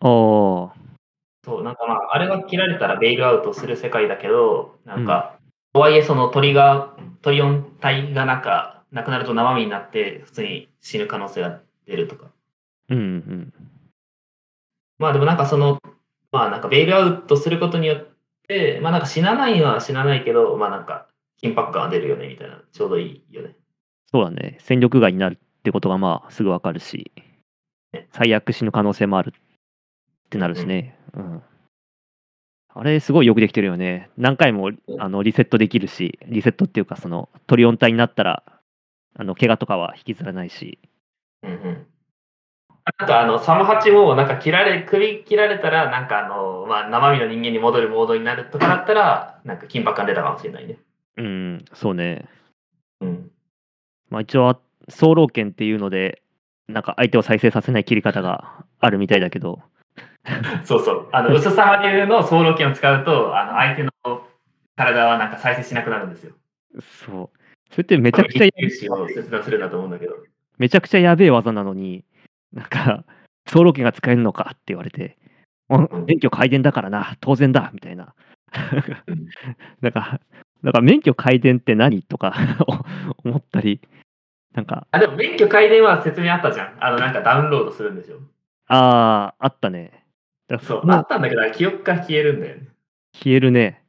Speaker 2: ああ、
Speaker 1: そう、なんかまあ、あれは切られたらベイルアウトする世界だけど、なんか、とはいえその鳥が、鳥音体がなんか、なくなると生身になって、普通に死ぬ可能性が出るとか。
Speaker 2: うんうん。
Speaker 1: まあでもなんかその、まあなんかベイルアウトすることによって、まあなんか死なないのは死なないけど、まあなんか緊迫感は出るよねみたいな、ちょうどいいよね。
Speaker 2: そうだね。戦力外になるってことがまあすぐわかるし
Speaker 1: ね、
Speaker 2: 最悪死ぬ可能性もあるってなるしね。うん。あれ、すごいよくできてるよね。何回もあのリセットできるし、リセットっていうか、そのトリオン体になったら、あの怪我とかは引きずらないし。
Speaker 1: うんうん。なんかあの、サムハチもなんか切られ、首切られたら、なんかあの、まあ生身の人間に戻るモードになるとかだったら、なんか緊迫感出たかもしれないね。
Speaker 2: うん、そうね。
Speaker 1: うん。
Speaker 2: まあ、一応、総老剣っていうので、なんか相手を再生させない切り方があるみたいだけど、
Speaker 1: そうそう。あの、薄さま流の走路剣を使うと、あの、相手の体はなんか再生しなくなるんですよ。
Speaker 2: そう。それってめちゃくちゃ
Speaker 1: 一球種を切断するんだと思うんだけど。
Speaker 2: めちゃくちゃやべえ技なのに、なんか、総老剣が使えるのかって言われて、お
Speaker 1: ん
Speaker 2: 免許改伝だからな、当然だみたいな
Speaker 1: うん。
Speaker 2: なんか、なんか免許改伝って何とか 思ったり、なんか、
Speaker 1: あ、でも免許改伝は説明あったじゃん。あの、なんかダウンロードするんでしょ。
Speaker 2: ああ、あったね。だから
Speaker 1: そう。
Speaker 2: も
Speaker 1: あ
Speaker 2: う
Speaker 1: ったんだけど、記憶から消えるんだよね。
Speaker 2: 消えるね。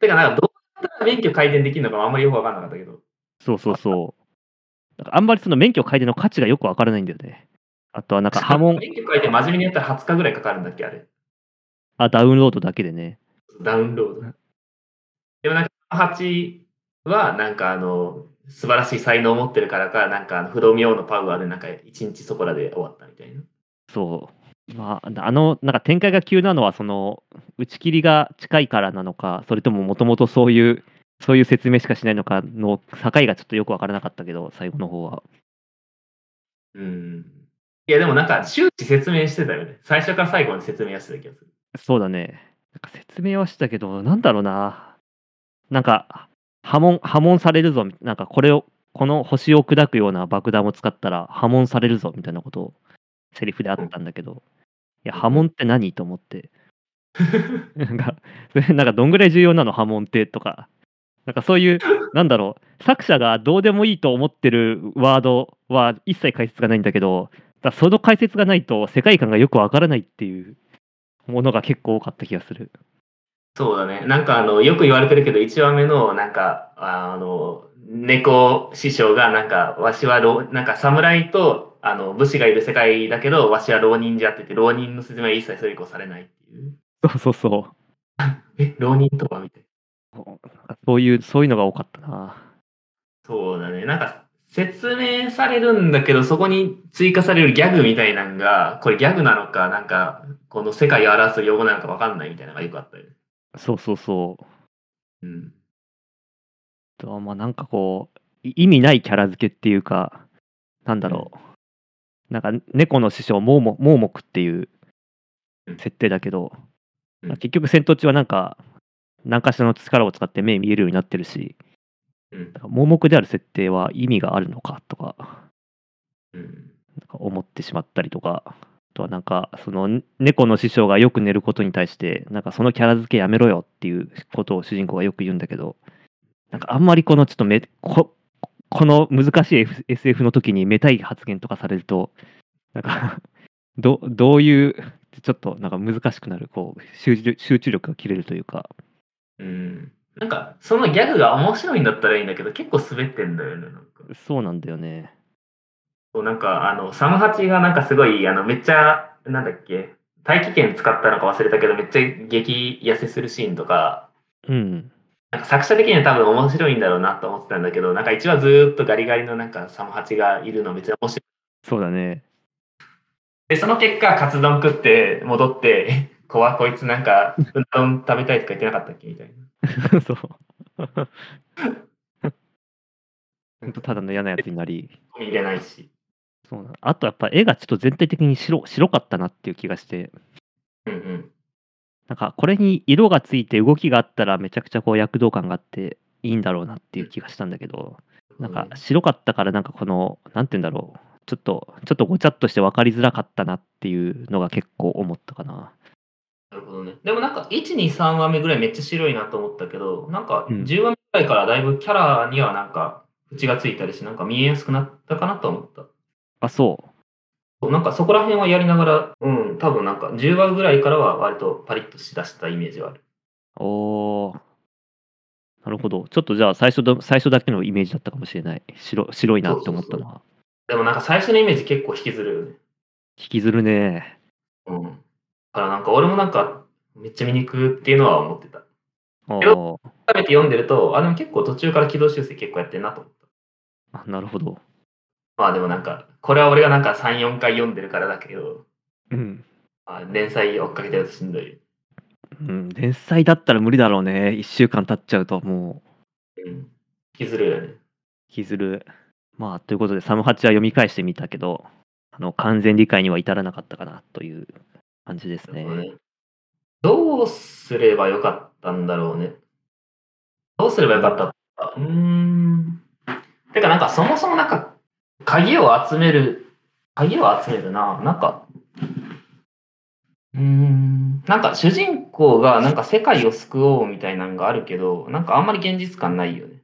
Speaker 1: てか、なんかどうやったら免許改伝できるのかもあんまりよくわかんなかったけど。
Speaker 2: そうそうそう。だからあんまりその免許改伝の価値がよくわからないんだよね。あとはなんか波 紋、
Speaker 1: 免許改伝真面目にやったら20日ぐらいかかるんだっけ、あれ。
Speaker 2: あ、ダウンロードだけでね。
Speaker 1: ダウンロード。でもなんか、8は、なんかあの、素晴らしい才能を持ってるからか、なんかあの不動明王のパワーで、なんか一日そこらで終わったみたいな。
Speaker 2: そう。まあ、あの、なんか展開が急なのは、その、打ち切りが近いからなのか、それとももともとそういう、そういう説明しかしないのかの境がちょっとよくわからなかったけど、最後の方は。
Speaker 1: うん。いや、でもなんか、終始説明してたよね。最初から最後まで説明はしてた気がする。
Speaker 2: そうだね。なんか説明はしたけど、なんだろうな。なんか、破門、破門されるぞ、みなんかこれを、この星を砕くような爆弾を使ったら破門されるぞ、みたいなことを、セリフであったんだけど、いや、破門って何と思って。なんか、 それなんかどんぐらい重要なの、破門ってとか。なんかそういう、なんだろう、作者がどうでもいいと思ってるワードは一切解説がないんだけど、だからその解説がないと世界観がよくわからないっていうものが結構多かった気がする。
Speaker 1: そうだね。なんかあの、よく言われてるけど、1話目の、なんか、あの、猫師匠が、なんか、わしはろう、なんか、侍と、あの、武士がいる世界だけど、わしは浪人じゃって言って、浪人の説明は一切それ以降されないっていう。
Speaker 2: そうそうそ
Speaker 1: え、浪人とはみたいな。
Speaker 2: う。そういう、そういうのが多かったな。
Speaker 1: そうだね。なんか、説明されるんだけど、そこに追加されるギャグみたいなのが、これギャグなのか、なんか、この世界を表す用語なのかわかんないみたいなのがよくあったよね。
Speaker 2: そうそうそ
Speaker 1: う
Speaker 2: う。
Speaker 1: ん。
Speaker 2: あとはまあなんかこうい意味ないキャラ付けっていうかなんだろう、なんか猫の師匠モーモモーモクっていう
Speaker 1: うん
Speaker 2: 設定だけど、
Speaker 1: うん
Speaker 2: まあ結局戦闘中はなんか何かしらの力を使って目見えるようになってるし
Speaker 1: うん
Speaker 2: だ。から盲目である設定は意味があるのかとか
Speaker 1: うん。
Speaker 2: なんか思ってしまったりとかあとはなんかそのね猫の師匠がよく寝ることに対してなんかそのキャラ付けやめろよっていうことを主人公がよく言うんだけどなんかあんまりこのちょっとめここの難しい F- SF の時にめたい発言とかされるとなんか どどういうちょっとなんか難しくなるこう集中集中力が切れるというか
Speaker 1: うん。なんか、そのギャグが面白いんだったらいいんだけど、結構滑ってんだよね。なんか、
Speaker 2: そうなんだよね
Speaker 1: そうなんかあの、サムハチがなんかすごい、あの、めっちゃ、なんだっけ、大気圏使ったのか忘れたけど、めっちゃ激痩せするシーンとか、
Speaker 2: うん
Speaker 1: なんか作者的には多分面白いんだろうなと思ってたんだけど、なんか一話ずーっとガリガリのなんかサムハチがいるのめっちゃ面白い。
Speaker 2: そうだね。
Speaker 1: で、その結果、カツ丼食って戻って、 えこわこいつなんか、うどん食べたいとか言ってなかったっけみたいな。
Speaker 2: そう。 ほんとただの嫌なやつになり。
Speaker 1: ゴミ入れないし。
Speaker 2: そうなのあとやっぱ絵がちょっと全体的に白白かったなっていう気がして、
Speaker 1: うんうん。
Speaker 2: なんかこれに色がついて動きがあったらめちゃくちゃこう躍動感があっていいんだろうなっていう気がしたんだけど、なんか白かったからなんかこの、なんて言うんだろう。ちょっと、ちょっとごちゃっとして分かりづらかったなっていうのが結構思ったかな。
Speaker 1: なるほどね。でもなんか、1、2、3話目ぐらいめっちゃ白いなと思ったけど、なんか、
Speaker 2: うん
Speaker 1: 10話目ぐらいからだいぶキャラにはなんか、口がついたりして、なんか見えやすくなったかなと思った。
Speaker 2: あ、そう。
Speaker 1: そうなんかそこら辺はやりながら、うん、多分なんか10話ぐらいからは割とパリッとしだしたイメージはある。
Speaker 2: おー。なるほど。ちょっとじゃあ最初ど最初だけのイメージだったかもしれない。白白いなって思ったのは。
Speaker 1: でもなんか最初のイメージ結構引きずるよね。
Speaker 2: 引きずるね。
Speaker 1: うん。だからなんか俺もなんか、めっちゃ見にくっていうのは思ってた。
Speaker 2: おー
Speaker 1: 改めて読んでると、あ、でも結構途中から軌道修正結構やってんなと思った。
Speaker 2: あなるほど。
Speaker 1: まあでもなんか、これは俺がなんか3、4回読んでるからだけど、
Speaker 2: うん。
Speaker 1: まあ、連載追っかけてるとしんどい。
Speaker 2: うん、連載だったら無理だろうね。1週間経っちゃうともう
Speaker 1: うん。引きずるよね。
Speaker 2: 引きずる。まあということで、サムハチは読み返してみたけど、あの完全理解には至らなかったかなという感じですね。
Speaker 1: そうねどうすればよかったんだろうね。どうすればよかったか。うーん。てか、なんかそもそもなんか、鍵を集める、鍵を集めるな。なんか、うーん。なんか主人公がなんか世界を救おうみたいなのがあるけど、なんかあんまり現実感ないよね。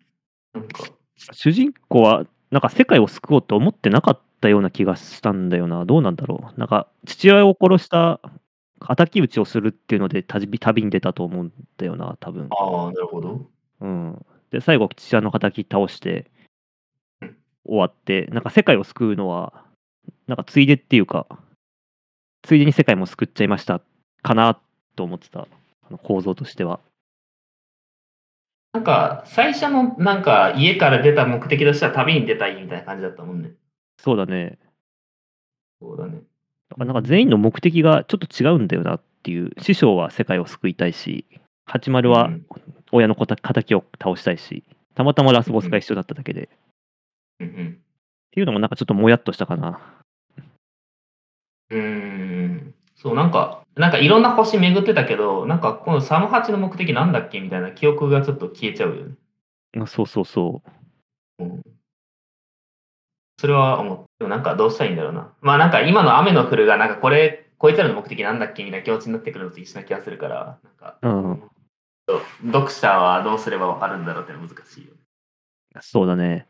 Speaker 1: なんか、
Speaker 2: 主人公はなんか世界を救おうと思ってなかったような気がしたんだよなどうなんだろうなんか父親を殺した敵討ちをするっていうので旅旅に出たと思うんだよな多分、
Speaker 1: ああ、なるほど。
Speaker 2: うん、で最後父親の敵倒して
Speaker 1: うん
Speaker 2: 終わってなんか世界を救うのはなんかついでっていうかついでに世界も救っちゃいましたかなと思ってたあの構造としては
Speaker 1: なんか、最初のなんか家から出た目的としては旅に出たいみたいな感じだったもんね。
Speaker 2: そうだね
Speaker 1: そうだね。
Speaker 2: だからなんか全員の目的がちょっと違うんだよなっていう師匠は世界を救いたいし八丸は
Speaker 1: うん
Speaker 2: 親の敵を倒したいしたまたまラスボスが一緒だっただけで、っ
Speaker 1: うんうん
Speaker 2: ていうのもなんかちょっともやっとしたかな
Speaker 1: うーんそう、なんか、なんかいろんな星巡ってたけど、なんかこのサムハチの目的なんだっけみたいな記憶がちょっと消えちゃうよね。
Speaker 2: うんそうそうそう
Speaker 1: うん、それは思って、でもなんかどうしたらいいんだろうな。まあなんか今の雨の降るが、なんかこれ、こいつらの目的なんだっけみたいな気持ちになってくるのと一緒な気がするから、なんか、
Speaker 2: うん
Speaker 1: 読者はどうすればわかるんだろうってのは難しいよね。
Speaker 2: そうだね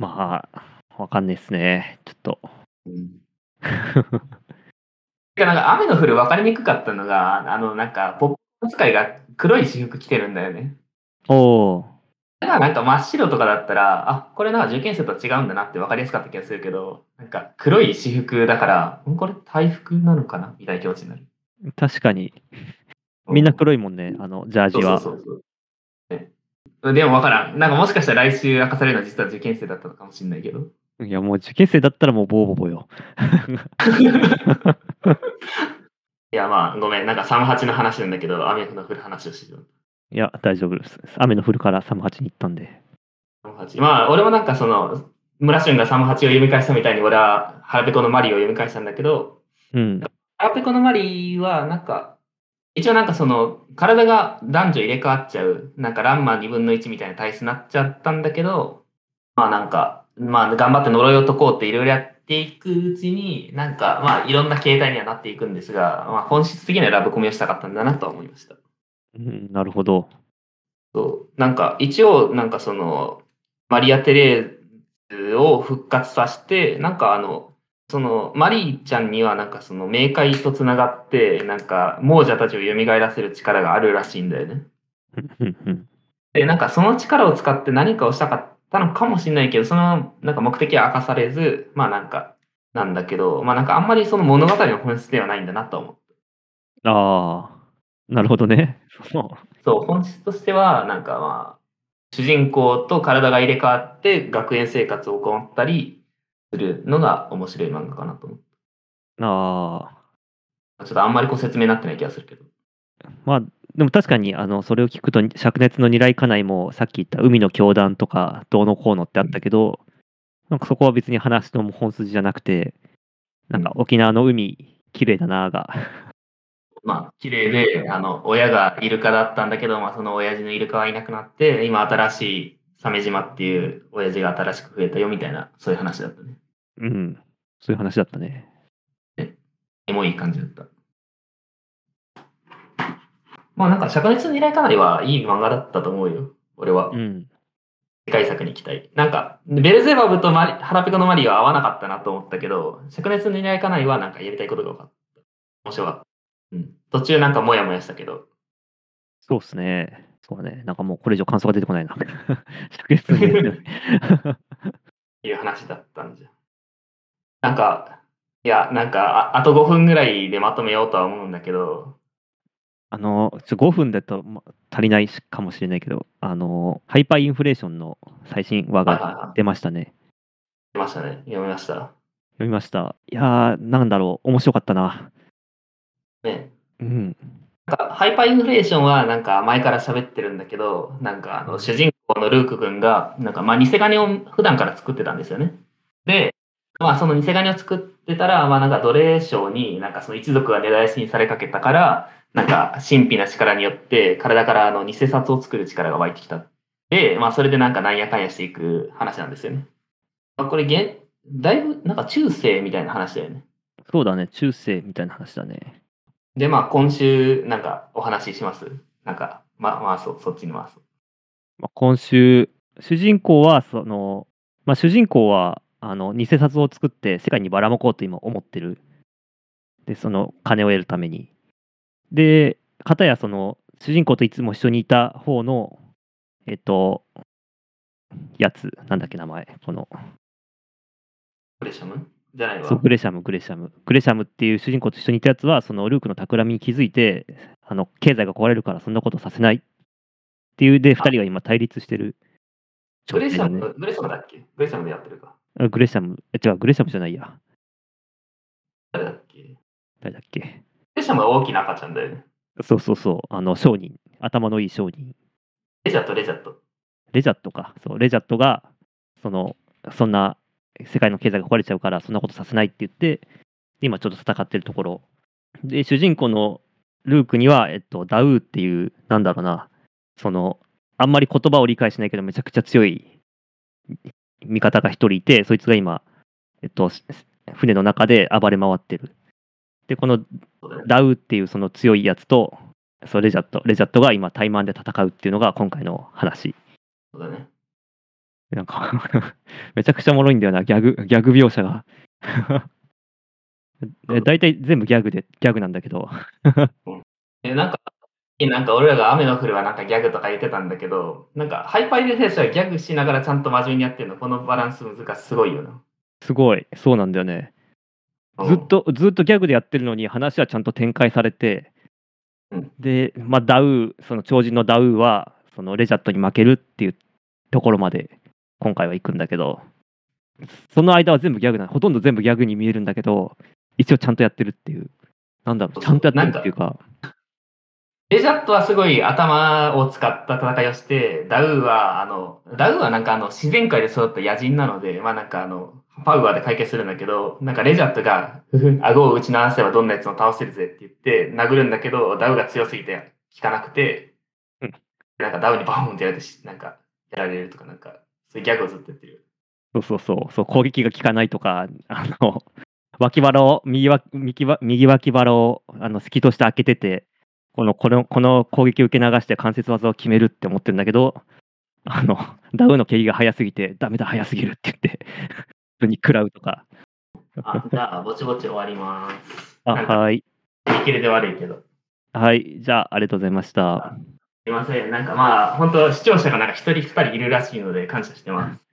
Speaker 2: まあわかんないっすねちょっ と
Speaker 1: てかなんか雨の降る分かりにくかったのが、あのなんかポップ使いが黒い私服着てるんだよね。
Speaker 2: おお
Speaker 1: だからなんか真っ白とかだったら、あ、これなんか受験生とは違うんだなって分かりやすかった気がするけど、なんか黒い私服だから、んこれ大服なのかなみたいな気持ちになる。
Speaker 2: 確かにみんな
Speaker 1: 黒
Speaker 2: 黒いもんねあのジャージは
Speaker 1: そうそうそうそう、ねでも分からん。なんかもしかしたら来週明かされるのは実は受験生だったのかもしれないけど。
Speaker 2: いやもう受験生だったらもうボーボボよ
Speaker 1: いやまあごめん、なんか38の話なんだけど、雨の降る話をしよう。
Speaker 2: いや大丈夫です雨の降るからサムハチに行ったんで
Speaker 1: 38まあ俺もなんかその、村俊が38を読み返したみたいに俺は腹ペコのマリーを読み返したんだけど、
Speaker 2: うん
Speaker 1: アペコのマリーは、なんか、一応なんかその、体が男女入れ替わっちゃう、なんかランマン2分の1みたいな体質になっちゃったんだけど、まあなんか、まあ頑張って呪いを解こうっていろいろやっていくうちに、なんかまあいろんな形態にはなっていくんですが、まあ本質的にはラブコメをしたかったんだなとは思いました。
Speaker 2: うん、なるほど。
Speaker 1: そうなんか一応なんかそのマリア・テレーズを復活させてなんかあのそのマリーちゃんにはなんかその冥界とつながってなんか亡者たちを蘇らせる力があるらしいんだよね。
Speaker 2: うんうん
Speaker 1: でなんかその力を使って何かをしたかったのかもしれないけどそのなんか目的は明かされずまあなんかなんだけどまあなんかあんまりその物語の本質ではないんだなと思う。
Speaker 2: ああ、なるほどね。 そう。
Speaker 1: そう、本質としては、なんかまあ、主人公と体が入れ替わって学園生活を行ったりするのが面白い漫画かなと思う。
Speaker 2: あ
Speaker 1: ちょっとあんまりこう説明になってない気がするけど。
Speaker 2: あ、まあ、でも確かに、あの、それを聞くと、灼熱の二来家内も、さっき言った海の教団とか、どうのこうのってあったけど、なんかそこは別に話の本筋じゃなくて、なんか沖縄の海、綺麗だなあが、
Speaker 1: まあ、綺麗で、あの、親がイルカだったんだけど、まあ、その親父のイルカはいなくなって、今新しい鮫島っていう親父が新しく増えたよみたいな、そういう話だったね。
Speaker 2: うん、そういう話だったね。
Speaker 1: エモい感じだった。まあなんか、灼熱の依頼かなりはいい漫画だったと思うよ。俺は
Speaker 2: う。ん。
Speaker 1: 世界作に期待。なんか、ベルゼバブとマリハラペコのマリーは合わなかったなと思ったけど、灼熱の依頼かなりはなんかやりたいことが分かった。面白かった。うん。途中なんかモヤモヤしたけど。
Speaker 2: そうっすね。そうだね。なんかもうこれ以上感想が出てこないな。 灼熱の二来家内
Speaker 1: いう話だったんじゃ。なんか、いや、なんかあ、あと5分ぐらいでまとめようとは思うんだけど、
Speaker 2: あの、ちょ5分だとま足りないしかもしれないけど、あの、ハイパーインフレーションの最新話
Speaker 1: はいはいは
Speaker 2: が出ましたね。
Speaker 1: 出ましたね。読みました。
Speaker 2: 読みました。いやー、なんだろう、面白かったな。
Speaker 1: ね。
Speaker 2: うん。
Speaker 1: なんか、ハイパーインフレーションはなんか前から喋ってるんだけど、なんかあの、主人公のルーク君が、なんかまあ偽金を普段から作ってたんですよね。で、まあその偽金を作ってたら、まあなんか奴隷商になんかその一族が根絶やしにされかけたから、なんか神秘な力によって体からあの偽札を作る力が湧いてきた。で、まあそれでなんかなんやかんやしていく話なんですよね。まあこれ現、だいぶなんか中世みたいな話だよね。
Speaker 2: そうだね、中世みたいな話だね。
Speaker 1: で、まあ、今週、なんか、お話ししますなんか、ま、まあ、そう、そっちに回そう。
Speaker 2: まあ、今週、主人公は、その、まあ、主人公は、あの、偽札を作って世界にばらまこうと今思ってる。で、その金を得るために。で、かたやその、主人公といつも一緒にいた方の、えっと、やつ、なんだっけ名前、この、
Speaker 1: プレシャムじゃないわ。
Speaker 2: そうグレシャム、グレシャム。グレシャムっていう主人公と一緒にいたやつは、そのルークの企みに気づいて、あの経済が壊れるからそんなことさせないっていうで、2人が今対立してる
Speaker 1: グ
Speaker 2: 状
Speaker 1: レ
Speaker 2: 態
Speaker 1: シ
Speaker 2: だ
Speaker 1: ャ
Speaker 2: ね。
Speaker 1: ム、グレシャムだっけグレシャムでやってるか。
Speaker 2: あグレシャム、え違う、グレシャムじゃないや。
Speaker 1: 誰だっけグ
Speaker 2: 誰だっけ。
Speaker 1: レシャムは大きな赤ちゃんだよね。
Speaker 2: そうそうそう、あの商人、頭のいい商人、
Speaker 1: レジャット、レジャット。
Speaker 2: レジャットか。そうレジャットが、その、そんな世界の経済が壊れちゃうから、そんなことさせないって言って、今ちょっと戦ってるところ。で、主人公のルークには、えっと、ダウーっていう、なんだろうな、その、あんまり言葉を理解しないけど、めちゃくちゃ強い味方が一人いて、そいつが今、えっと、し船の中で暴れ回ってる。で、この
Speaker 1: そうだよね。
Speaker 2: ダウっていうその強いやつと、そうレジャット、レジャットが今、対マンで戦うっていうのが今回の話。
Speaker 1: そうだね。
Speaker 2: なんか、 めちゃくちゃおもろいんだよな、ギャグ、ギャグ描写 が。え大体全部ギャグで、ギャグなんだけど。
Speaker 1: え、なんか、なんか俺らが雨の降るはなんかギャグとか言ってたんだけど、なんか、ハイパーイルフェイスはギャグしながらちゃんと真面目にやってるの、このバランス難しい、すごいよな。
Speaker 2: すごい、そうなんだよね。
Speaker 1: うん
Speaker 2: ずっ。と、ずっとギャグでやってるのに、話はちゃんと展開されて
Speaker 1: うん、
Speaker 2: で、まあ、ダウ、その超人のダウは、そのレジャットに負けるっていうところまで、今回は行くんだけど、その間は全部ギャグなの、ほとんど全部ギャグに見えるんだけど、一応ちゃんとやってるっていう、なんだろう、ちゃんとやってるっていうか、
Speaker 1: レジャットはすごい頭を使った戦いをして、ダウーは、あの、ダウーはなんかあの、自然界で育った野人なので、まあなんかあの、パウアーで解決するんだけど、なんかレジャットが、ふふ顎を打ち鳴らせばどんなやつも倒せるぜって言って、殴るんだけど、ダウーが強すぎて効かなくて
Speaker 2: うん、
Speaker 1: なんかダウーにバーンってやられてし、なんか、やられるとか、なんか、そういうギャグをずっとやってる。
Speaker 2: そうそうそう、そう攻撃が効かないとか、あの脇腹を右わ右わ右脇腹をあの隙として開けてて、このこのこの攻撃を受け流して関節技を決めるって思ってるんだけど、あのダウンの蹴りが早すぎて、ダメだ、早すぎるって言って、普通に食らうとか、
Speaker 1: あ、じゃあ、ぼちぼち終わります。
Speaker 2: あ
Speaker 1: なんか
Speaker 2: はい、
Speaker 1: 見切れで悪いけど。
Speaker 2: はい、じゃあ、ありがとうございました。
Speaker 1: すいません。なんかまあ、本当視聴者がなんか一人二人いるらしいので、感謝してます。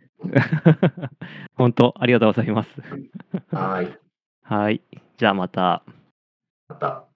Speaker 2: 本当、ありがとうございます。
Speaker 1: はい。
Speaker 2: はい、じゃあまた。
Speaker 1: また。